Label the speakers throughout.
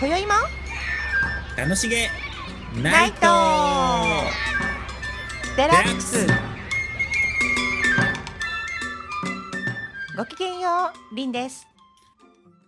Speaker 1: 今宵も
Speaker 2: 楽しげ
Speaker 1: ナ
Speaker 2: ナ
Speaker 1: イ
Speaker 2: イ
Speaker 1: ト
Speaker 2: ト
Speaker 1: デラ
Speaker 2: デラ
Speaker 1: ッ
Speaker 2: ッ
Speaker 1: ク
Speaker 2: ク
Speaker 1: ス
Speaker 2: ス
Speaker 1: ごきげんようりんです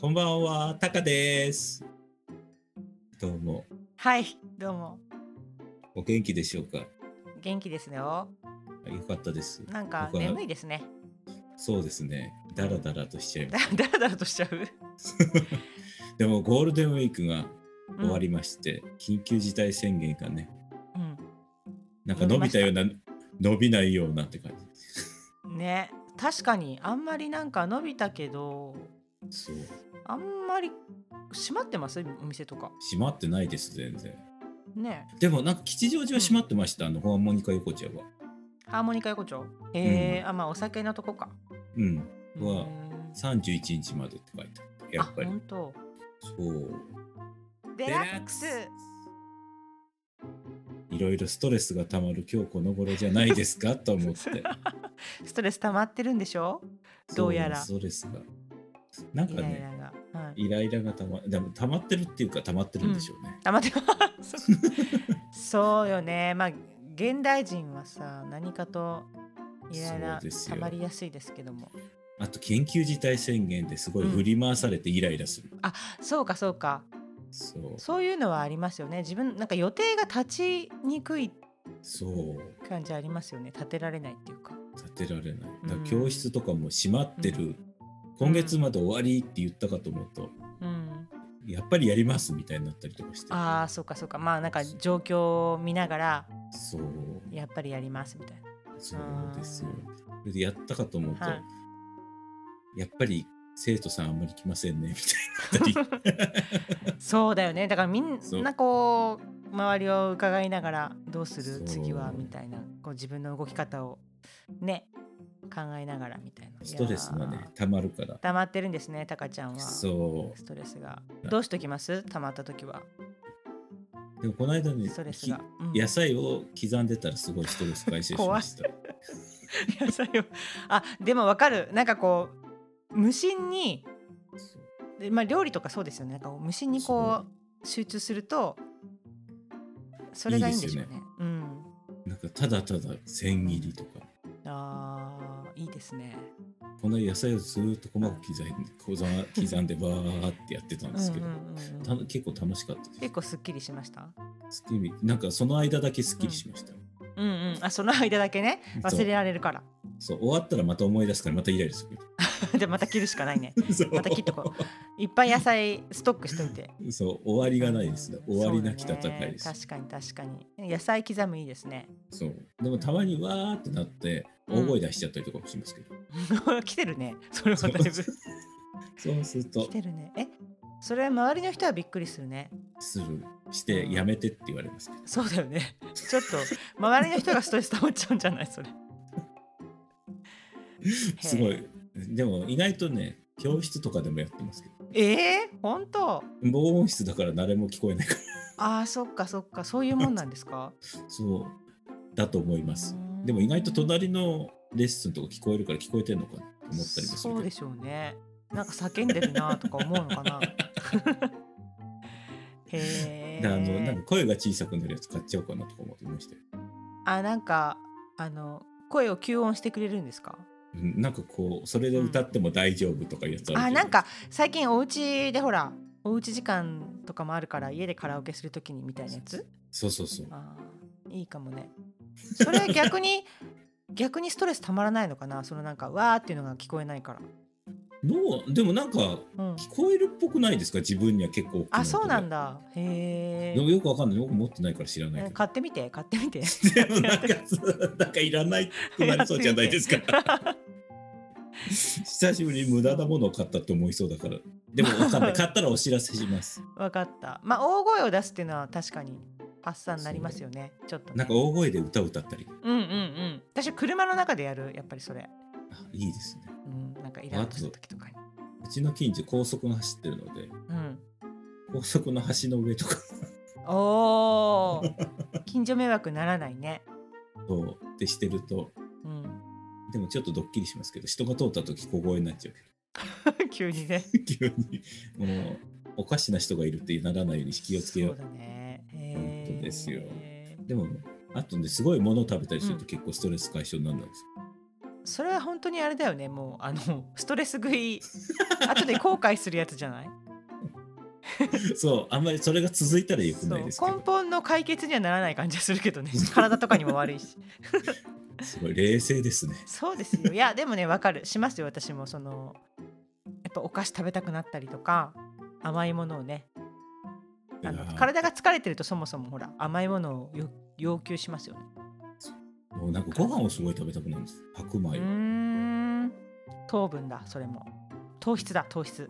Speaker 2: こんばんはタカですどうも
Speaker 1: はいどうも
Speaker 2: お元気でしょうか
Speaker 1: 元気ですねよ
Speaker 2: よかったです
Speaker 1: なんか
Speaker 2: 僕は
Speaker 1: 眠いですね
Speaker 2: そうですねダラダラとしちゃいま
Speaker 1: だだらだらとしちゃう
Speaker 2: すでもゴールデンウィークが 終わ、り
Speaker 1: うん
Speaker 2: まして、緊急事態宣言がねなん
Speaker 1: 伸
Speaker 2: か伸
Speaker 1: びま
Speaker 2: び
Speaker 1: した
Speaker 2: たような伸びないようなって感
Speaker 1: うんね確かにあんまりなんか伸びたけど
Speaker 2: じそう
Speaker 1: あんまり閉まってますお店とか
Speaker 2: 閉まってないです全然
Speaker 1: ね
Speaker 2: でもなんか吉祥寺は閉まってました、あのホアモニカ横丁は
Speaker 1: ハーモニカ横丁へえ、あまあお酒のとこか
Speaker 2: うんうわ
Speaker 1: へえ
Speaker 2: 31日までって書いてあるやっぱ
Speaker 1: あ
Speaker 2: り
Speaker 1: 本当
Speaker 2: そう
Speaker 1: デラックス
Speaker 2: いろいろストレスがたまる今日この頃じゃないですか と思って
Speaker 1: ストレス溜まってるんでしょどうやら
Speaker 2: そうストレスがなん
Speaker 1: イ
Speaker 2: か
Speaker 1: ライ
Speaker 2: ね
Speaker 1: ラが、はい、
Speaker 2: イライラがたまでも溜まってるっていうか溜まってるんでしょうね、
Speaker 1: あ待って そうそうよねまあ現代人はさ何かといろい
Speaker 2: そう
Speaker 1: ろ
Speaker 2: です
Speaker 1: た
Speaker 2: よ
Speaker 1: まりやすいですけども
Speaker 2: あと緊急事態宣言ですごい振り回されてイライラする、
Speaker 1: あそうかそうか
Speaker 2: そう
Speaker 1: そういうのはありますよね自分なんか予定が立ちにくい
Speaker 2: そう
Speaker 1: 感じありますよね立てられないっていうか
Speaker 2: 立てられないだか
Speaker 1: う
Speaker 2: ら
Speaker 1: ん
Speaker 2: 教室とかも閉まってる、今月まで終わりって言ったかと思うと
Speaker 1: うん
Speaker 2: やっぱりやりますみたいになったりとかして
Speaker 1: ああそうかそうかまあなんか状況を見ながら
Speaker 2: そう
Speaker 1: やっぱりやりますみたいな
Speaker 2: そうですよ。それでやったかと思うと、
Speaker 1: はい
Speaker 2: やっぱり生徒さんあんまり来ませんねみたいに なったり
Speaker 1: そうだよねだからみん
Speaker 2: そう
Speaker 1: なこう周りを伺いながらどうす
Speaker 2: そ
Speaker 1: る
Speaker 2: う
Speaker 1: 次はみたいなこう自分の動き方をね考えながらみたいな
Speaker 2: ストレスが
Speaker 1: いや
Speaker 2: ね
Speaker 1: ー
Speaker 2: たまるから
Speaker 1: 溜まってるんですねタカちゃんは
Speaker 2: そ
Speaker 1: ストレスがどうしときます溜まった時は
Speaker 2: うでもこの間ね
Speaker 1: ストレスが、うん
Speaker 2: き野菜を刻んでたらすごいストレス解消しました
Speaker 1: 野菜をあでもわかるなんかこう無心に
Speaker 2: そう
Speaker 1: でまあ、料理とかそうですよねなんかこう無心にこう集中するとそれがいいんでしょうね
Speaker 2: いいで
Speaker 1: うん
Speaker 2: なんかただただ千切りとか
Speaker 1: あーいいですね
Speaker 2: この野菜をずーっと細かく刻んで小ざ刻んでバーってやってたんですけど、
Speaker 1: うんうんうん
Speaker 2: た結構楽しかったで
Speaker 1: 結構すっきりしました
Speaker 2: すすっきりなんかその間だけすっきりしました、
Speaker 1: うんうんあその間だけね忘れられるから
Speaker 2: そう終わったらまた思い出すからまたイライラする
Speaker 1: じゃあまた切るしかないね
Speaker 2: そう
Speaker 1: また切っとこいっぱい野菜ストックしといて
Speaker 2: そう終わりがないですね
Speaker 1: うん
Speaker 2: 終わりなき
Speaker 1: そ
Speaker 2: 戦
Speaker 1: うだね
Speaker 2: いですそう,、
Speaker 1: 確かに確かに野菜刻むいいですね
Speaker 2: でもたまにわーってなって
Speaker 1: うん
Speaker 2: 大声出しちゃったりとかもしますけど、
Speaker 1: 来てるねそれはだ
Speaker 2: そ
Speaker 1: いうぶ
Speaker 2: そうすると
Speaker 1: 来てるねえそれは周りの人はびっくりするね
Speaker 2: するしてやめてって言われますけど
Speaker 1: そうだよね。ちょっと周りの人がストレス溜まっちゃうんじゃないそれ。へ
Speaker 2: すごいでも意外とね教室とかでもやってますけど
Speaker 1: ええ本当。
Speaker 2: 防音室だから誰も聞こえないか
Speaker 1: ああそっかそっかそういうもんなんですか。
Speaker 2: ら そうだと思いますでも意外と隣のレッスンとか聞こえるから聞こえてんのかなと思ったりもす
Speaker 1: そう
Speaker 2: る
Speaker 1: で
Speaker 2: け
Speaker 1: しょうね。なんか叫んでるなとか思うのか な。へえ
Speaker 2: どであのなんか声が小さくなるやつ買っちゃおうかなとか思ってましたよ
Speaker 1: あなんかあの声を吸音してくれるんですか。
Speaker 2: うんなんかこうそれで歌っても大丈夫とかいうやつるじゃ
Speaker 1: あ
Speaker 2: い
Speaker 1: なんか最近お家でほらおうち時間とかもあるから家でカラオケするときにみたいなやつ。
Speaker 2: そうそうそう
Speaker 1: あーいいかもね。それ逆に逆にストレスたまらないのかなそのなんかわーっていうのが聞こえないから。
Speaker 2: どうでもなんか
Speaker 1: うん、
Speaker 2: 聞こえるっぽくないですか自分には結構大きな
Speaker 1: あそうなん
Speaker 2: だ
Speaker 1: だ。へ
Speaker 2: でも
Speaker 1: え。
Speaker 2: よくわかんないよく持ってないから知らない
Speaker 1: え
Speaker 2: けど
Speaker 1: 買ってみて買ってみ て。
Speaker 2: でもなんか なんかいらないくなりそうじゃないですか 久しぶりに無駄なものを買ったって思いそうだからでもわか んない買ったらお知らせします
Speaker 1: わかった。まあ大声を出すっていうのは確かに発散になりますよね。ちょっと、ね。
Speaker 2: なんか大声で歌を歌ったり
Speaker 1: うんうんうん。私車の中でやるやっぱりそれ。
Speaker 2: あいいですね
Speaker 1: うんなんかイラッとした時とかに。
Speaker 2: うちの近所高速が走ってるので
Speaker 1: うん。
Speaker 2: 高速の橋の上とか
Speaker 1: おお。近所迷惑ならないね。
Speaker 2: とってしてると
Speaker 1: うん。
Speaker 2: でもちょっとドッキリしますけど人が通った時小声になっちゃうけど
Speaker 1: 急にね。
Speaker 2: 急にもうおかしな人がいるってならないように気をつけよ
Speaker 1: そう
Speaker 2: う
Speaker 1: だね
Speaker 2: 本当ですよ
Speaker 1: へー
Speaker 2: でもあとねすごいものを食べたりすると結構ストレス解消になるんですよ、
Speaker 1: それは本当にあれだよねもうあのストレス食い後で後悔するやつじゃない
Speaker 2: そうあんまりそれが続いたらよくないですけ
Speaker 1: そう根
Speaker 2: ど
Speaker 1: 本の解決にはならない感じはするけどね 体とかにも悪いし
Speaker 2: すごい冷静ですね
Speaker 1: そうですよいやでもねわかるしますよ私もそのやっぱお菓子食べたくなったりとか甘いものをねあの
Speaker 2: いやー
Speaker 1: 体が疲れてるとそもそもほら甘いものをよ要求しますよね
Speaker 2: もうなんかご飯をすごい食べたくなるんです白
Speaker 1: う
Speaker 2: 米
Speaker 1: ー
Speaker 2: を
Speaker 1: ん糖分だそれも糖質だ糖質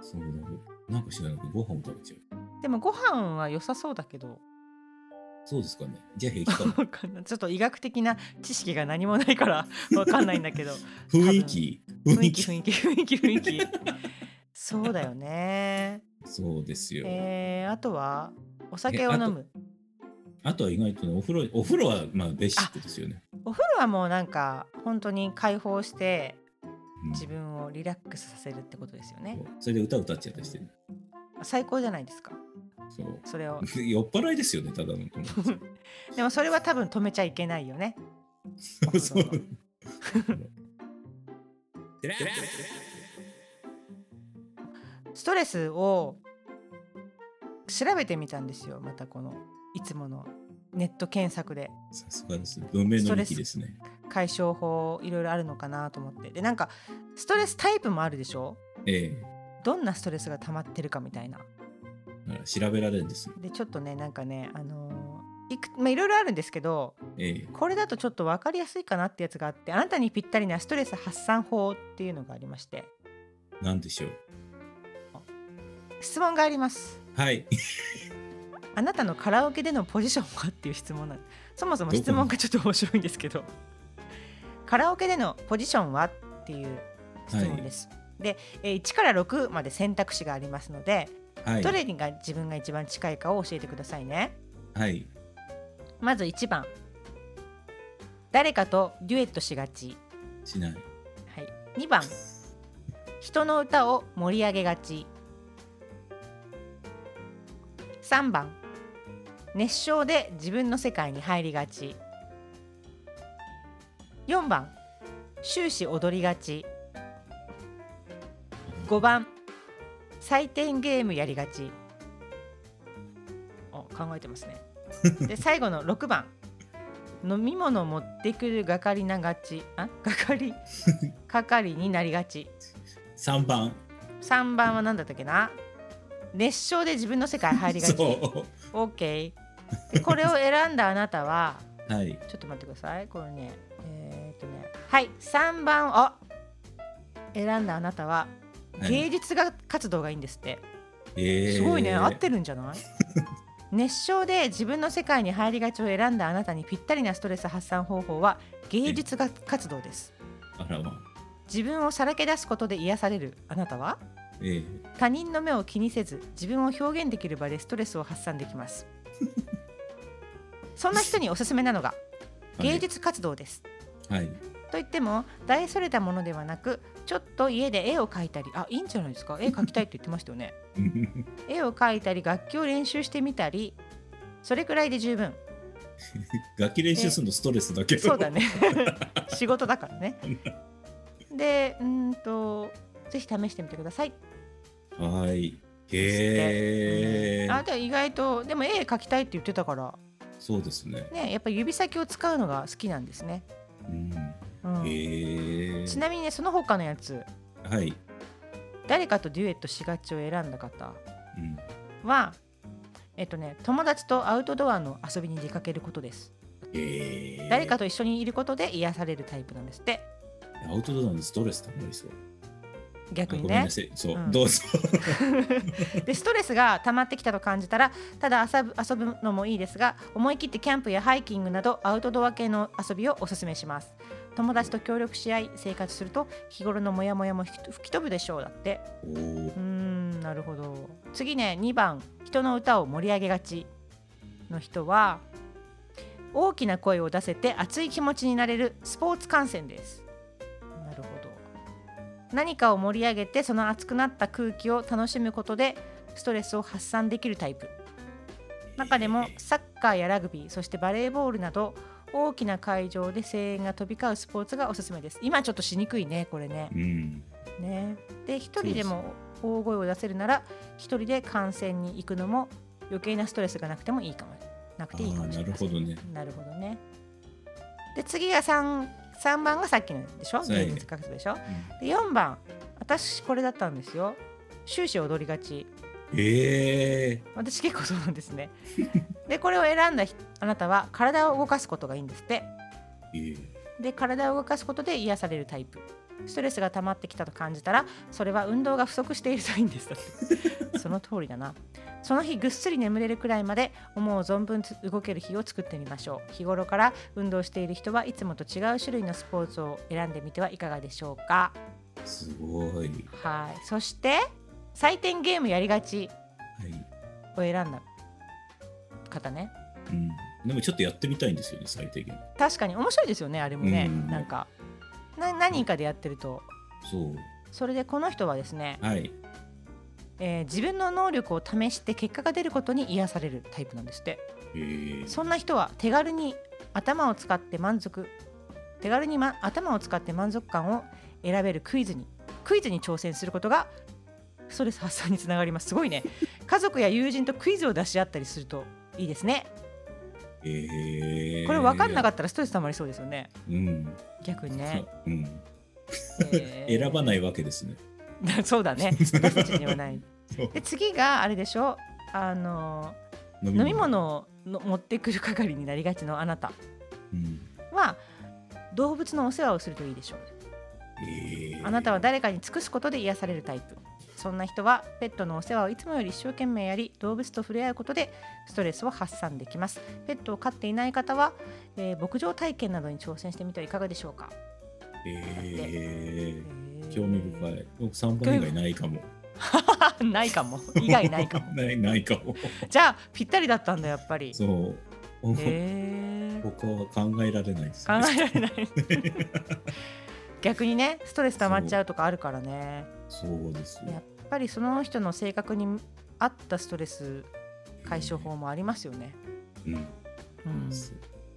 Speaker 2: そうなんかなんか知らなくてご飯を食べちゃう
Speaker 1: でもご飯は良さそうだけど
Speaker 2: そうですかねじゃあ平気かな
Speaker 1: わかんないちょっと医学的な知識が何もないからわかんないんだけど
Speaker 2: 雰囲気
Speaker 1: 雰
Speaker 2: 雰
Speaker 1: 囲
Speaker 2: 囲
Speaker 1: 気
Speaker 2: 気
Speaker 1: 雰囲気雰囲気雰囲気そうだよね
Speaker 2: そうですよ、
Speaker 1: えー、あとはお酒を飲む
Speaker 2: あとは意外とねお風呂お風呂はまあ別室ですよね、
Speaker 1: お風呂はもうなんか本当に解放して
Speaker 2: うん
Speaker 1: 自分をリラックスさせるってことですよね
Speaker 2: そうそれで歌歌っちゃったりしてる
Speaker 1: 最高じゃないですか
Speaker 2: そう
Speaker 1: それを
Speaker 2: 酔っ払いですよねただの
Speaker 1: でもそれは多分止めちゃいけないよね
Speaker 2: そう
Speaker 1: ストレスを調べてみたんですよまたこのいつものネット検索で
Speaker 2: さすがです文明の利器ですね
Speaker 1: 解消法いろいろあるのかなと思ってでなんかストレスタイプもあるでしょ
Speaker 2: え
Speaker 1: どんなストレスが溜まってるかみたいな
Speaker 2: えだから調べられるんです
Speaker 1: でちょっとねなんかねあのーいくまあいろいろあるんですけど
Speaker 2: ええ
Speaker 1: これだとちょっと分かりやすいかなってやつがあってあなたにぴったりなストレス発散法っていうのがありまして
Speaker 2: なんでしょう
Speaker 1: 質問があります
Speaker 2: はい
Speaker 1: あなたのカラオケでのポジションはっていう質問なんそもそも質問がちょっと面白いんですけどカラオケでのポジションはっていう質問です、でえー1から6まで選択肢がありますので、
Speaker 2: はい
Speaker 1: どれが自分が一番近いかを教えてくださいね
Speaker 2: はい
Speaker 1: まず1番誰かとデュエットしがち、
Speaker 2: しない
Speaker 1: はい、2番人の歌を盛り上げがち3番熱唱で自分の世界に入りがち4番終始踊りがち5番採点ゲームやりがちお考えてますねで最後の6番飲み物持ってくる係ながちあ係係になりがち
Speaker 2: 三番
Speaker 1: 3番は何だったっけな熱唱で自分の世界入りがち
Speaker 2: そ
Speaker 1: OK でこれを選んだあなたは
Speaker 2: うはい
Speaker 1: ちょっと待ってくださいこれねえーっとねはい3番を選んだあなたは
Speaker 2: はい
Speaker 1: 芸術が活動がいいんですって、
Speaker 2: ええ
Speaker 1: すごいね合ってるんじゃない熱唱で自分の世界に入りがちを選んだあなたにぴったりなストレス発散方法は芸術が活動です
Speaker 2: あらま
Speaker 1: 自分をさらけ出すことで癒されるあなたは
Speaker 2: ええ
Speaker 1: 他人の目を気にせず自分を表現できる場でストレスを発散できますそんな人におすすめなのが芸術活動です、
Speaker 2: はい はい
Speaker 1: といっても大それたものではなくちょっと家で絵を描いたりあいいんじゃないですか絵描きたいって言ってましたよね絵を描いたり楽器を練習してみたりそれくらいで十分
Speaker 2: 楽器練習するのストレスだけど
Speaker 1: そうだね仕事だからねでうーんとぜひ試してみてください
Speaker 2: はいへえ
Speaker 1: あとは意外とでも絵描きたいって言ってたから
Speaker 2: そうですね
Speaker 1: ね、やっぱ指先を使うのが好きなんですね。
Speaker 2: うん
Speaker 1: うん
Speaker 2: へえ
Speaker 1: ちなみにね、その他のやつ、
Speaker 2: はい
Speaker 1: 誰かとデュエットしがちを選んだ方
Speaker 2: うん
Speaker 1: は、えっとね、友達とアウトドアの遊びに出かけることです。
Speaker 2: へえ
Speaker 1: 誰かと一緒にいることで癒されるタイプなんですって、
Speaker 2: アウトドアのストレスたまりそう
Speaker 1: 逆
Speaker 2: あ
Speaker 1: に
Speaker 2: ごめん
Speaker 1: ね
Speaker 2: な。さいそう、
Speaker 1: うん
Speaker 2: どうぞ
Speaker 1: で、ストレスが溜まってきたと感じたら、ただ遊ぶ遊ぶのもいいですが、思い切ってキャンプやハイキングなどアウトドア系の遊びをおすすめします。友達と協力し合い生活すると日頃のモヤモヤも吹き飛ぶでしょうだって
Speaker 2: おー
Speaker 1: うーんなるほど次ね2番人の歌を盛り上げがちの人は大きな声を出せて熱い気持ちになれるスポーツ観戦ですなるほど何かを盛り上げてその熱くなった空気を楽しむことでストレスを発散できるタイプ中でもサッカーやラグビーそしてバレーボールなど大きな会場で声援が飛び交うスポーツがおすすめです今ちょっとしにくいねこれね
Speaker 2: うん、
Speaker 1: ねで一人でも大声を出せるなら一人で観戦に行くのも余計なストレスがなくてもいいかもなくていいかもしれません
Speaker 2: あーなるほ
Speaker 1: な
Speaker 2: どね
Speaker 1: るほどねで次が 3, 三番がさっきのでしょ
Speaker 2: はい
Speaker 1: 芸術科学でしょで4番私これだったんですよ終始踊りがち
Speaker 2: ええ
Speaker 1: 私結構そうなんです ねでこれを選んだ人あなたは体を動かすことがいいんですって
Speaker 2: ええ
Speaker 1: で体を動かすことで癒されるタイプストレスが溜まってきたと感じたらそれは運動が不足しているサインですだ ってその通りだなその日ぐっすり眠れるくらいまで思う存分つ動ける日を作ってみましょう日頃から運動している人はいつもと違う種類のスポーツを選んでみてはいかがでしょうか
Speaker 2: すごい。
Speaker 1: はいそして採点ゲームやりがち
Speaker 2: はい。
Speaker 1: を選んだ方ね
Speaker 2: うん。でもちょっとやってみたいんですよね、最低限。
Speaker 1: 確かに面白いですよねあれもね、
Speaker 2: うん
Speaker 1: なんかな何人かでやってると
Speaker 2: そう。
Speaker 1: それでこの人はですね、
Speaker 2: はい。
Speaker 1: えー自分の能力を試して結果が出ることに癒されるタイプなんですって
Speaker 2: ええ
Speaker 1: そんな人は手軽に頭を使って満足手軽に、ま、頭を使って満足感を選べるクイズにクイズに挑戦することがストレス発散につながりますすごいね家族や友人とクイズを出し合ったりするといいですね
Speaker 2: ええ
Speaker 1: これ分かんなか
Speaker 2: っ
Speaker 1: ったらストレス溜まりそうですよね
Speaker 2: た。うん。
Speaker 1: 逆にね、
Speaker 2: うん。
Speaker 1: えー
Speaker 2: 選ばないわけですね。
Speaker 1: だ そうだね私たちにはない
Speaker 2: そう
Speaker 1: で次があれでしょあの
Speaker 2: 飲
Speaker 1: 飲み。物をの持ってくる係になりがちのあなた
Speaker 2: うん。
Speaker 1: は動物のお世話をするといいでしょう
Speaker 2: ええ
Speaker 1: あなたは誰かに尽くすことで癒されるタイプそんな人はペットのお世話をいつもより一生懸命やり動物と触れ合うことでストレスを発散できますペットを飼っていない方は、えー牧場体験などに挑戦してみてはいかがでしょうか
Speaker 2: ええ興味深い。僕三番以外ないかも。
Speaker 1: い ないかも以外ないかも
Speaker 2: ない、ないかも。
Speaker 1: じゃあぴったりだったんだやっぱり
Speaker 2: そう。
Speaker 1: へー
Speaker 2: 他は考えられないです、
Speaker 1: 考
Speaker 2: ね。
Speaker 1: えられない逆にねストレス溜まっちゃうとかあるからね
Speaker 2: そうですよ。
Speaker 1: やっぱりその人の性格に合ったストレス解消法もありますよね、
Speaker 2: うん。
Speaker 1: うん、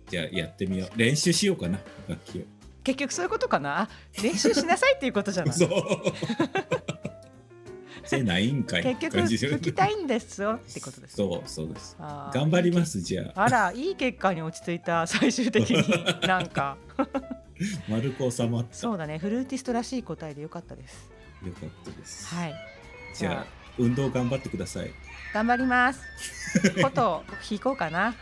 Speaker 2: じゃあやってみよう。練習しようかな、楽器を。
Speaker 1: 結局そういうことかなあ練習しなさいっていうことじゃない
Speaker 2: そう。せないんかい。
Speaker 1: 結局
Speaker 2: 感じですよね
Speaker 1: 吹きたいんですよってことです
Speaker 2: そう、そうです。
Speaker 1: あー
Speaker 2: 頑張ります、じゃあ。
Speaker 1: あらいい結果に落ち着いた最終的に なんか
Speaker 2: 丸く収まった。
Speaker 1: そうだねフルーティストらしい答えでよかったです
Speaker 2: よかったです。
Speaker 1: はい
Speaker 2: じゃあ、運 動頑張ってください。
Speaker 1: 頑張りますことを引こうかな